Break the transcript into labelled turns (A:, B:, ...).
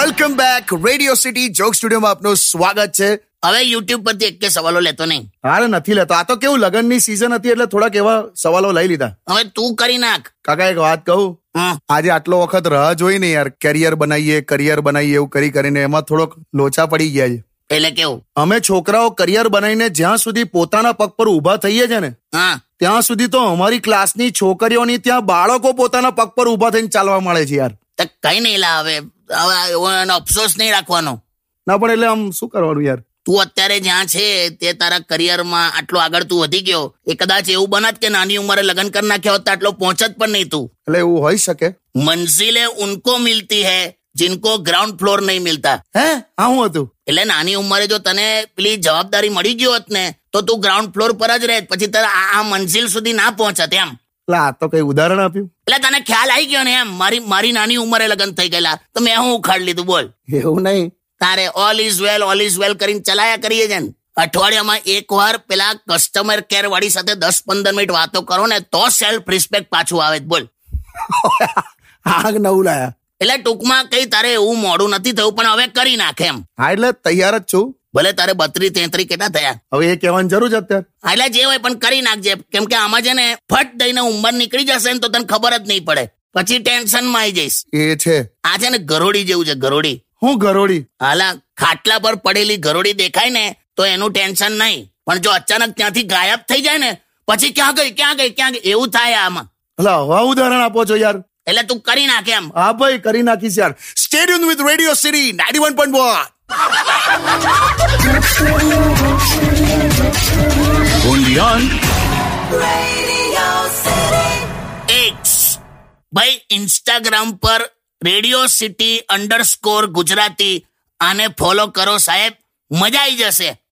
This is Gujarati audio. A: બેક રેડિયો સિટી જોક સ્ટુડિયોમાં આપનું સ્વાગત છે
B: હવે યુટ્યુબ પરથી એક કે સવાલો લેતો નહીં
A: હારે નથી લેતો આ તો કેવું લગનની સીઝન હતી એટલે થોડાક એવા સવાલો લઈ લીધા
B: હવે તું કરી નાખ
A: કાકા એક વાત કહું
B: હમ.
A: આજે આટલો વખત રાહ જોઈ ને યાર કરિયર બનાવીએ કરિયર બનાવીએ એવું કરી કરીને એમાં થોડોક લોચા પડી ગયા છે
B: એટલે કેવું
A: અમે છોકરાઓ કરિયર બનાવીને જ્યાં સુધી પોતાના પગ પર ઊભા થઈએ છે ને
B: હા
A: ત્યાં સુધી તો અમારી ક્લાસની છોકરીઓની ત્યાં બાળકો પોતાના પગ પર ઊભા થઈને ચાલવા મળે છે યાર
B: તો કઈ નહીં લા હવે હવે આ એવો એનો અફસોસ નહીં રાખવાનો
A: ના પણ એટલે આમ શું કરવાનું યાર
B: તું અત્યારે જ્યાં છે તે તારા કરિયરમાં આટલો આગળ તું વધી ગયો એ કદાચ એવું બનાત કે નાની ઉંમરે લગ્ન કરી નાખ્યા હોત તો આટલો પહોંચત પણ નહીં તું
A: એટલે એવું હોઈ શકે
B: મંઝિલે ઉनको મિલતી હે જિનકો ગ્રાઉન્ડ ફ્લોર નહીં મિલતા
A: હે આ હું હતું
B: એટલે નાની ઉંમરે જો તને પેલી જવાબદારી મળી ગયો હોત ને તો તું ગ્રાઉન્ડ ફ્લોર પર જ રહેત પછી તારા આ- આ મંઝિલ સુધી ના પહોંચત એમ
A: એટલે આ તો કઈ ઉદાહરણ આપ્યું
B: એટલે તને ખ્યાલ આવી ગયો ને એમ મારી મારી નાની ઉંમરે લગ્ન થઈ ગયેલા તો મેં હું ઉખાડી લીધું બોલ
A: એવું નહીં
B: તારે all is well all is well કરીને ચલાયા કરીએ છે ને અઠવાડિયામાં એકવાર પેલા કસ્ટમર કેર વાળી સાથે દસ પંદર મિનિટ વાતો કરો ને તો સેલ્ફ રિસ્પેક્ટ પાછું આવે છે, બોલ
A: આગ નવું લાયા
B: એટલે ટૂંકમાં કઈ તારે એવું મોડું નથી થયું પણ હવે કરી નાખ એમ
A: હા એટલે તૈયાર જ છું
B: ભલે તારે બત્રી તેત્રી કેટલા થયા
A: હવે એ કહેવાની જરૂર છે અત્યારે
B: હા, એટલે જે હોય પણ કરી નાખજે કેમ કે આમાં છે ને ફટ દઈને ઉંમર નીકળી જશે ને તો તને ખબર જ નહીં પડે પછી ટેન્શનમાં આવી જઈશ
A: એ છે
B: આ છે ને ગરોડી જેવું છે ગરોડી
A: હું ગરોળી
B: હાલા ખાટલા પર પડેલી ગરોળી દેખાય ને તો એનું ટેન્શન નહીં પણ જો અચાનક ત્યાંથી ગાયબ થઈ જાય ને પછી ક્યાં ગઈ ક્યાં ગઈ ક્યાં ગઈ એવું થાય આમાં
A: એટલે હવા ઉદાહરણ આપો છો યાર
B: એટલે તું કરી નાખ એમ
A: હા ભાઈ કરી નાખીશ યાર stadium with radio city ninety one point
C: Radio City.
B: એક્સ ભાઈ ઇન્સ્ટાગ્રામ પર રેડિયો સિટી અંડરસ્કોર ગુજરાતી આને ફોલો કરો સાહેબ મજા આવી જશે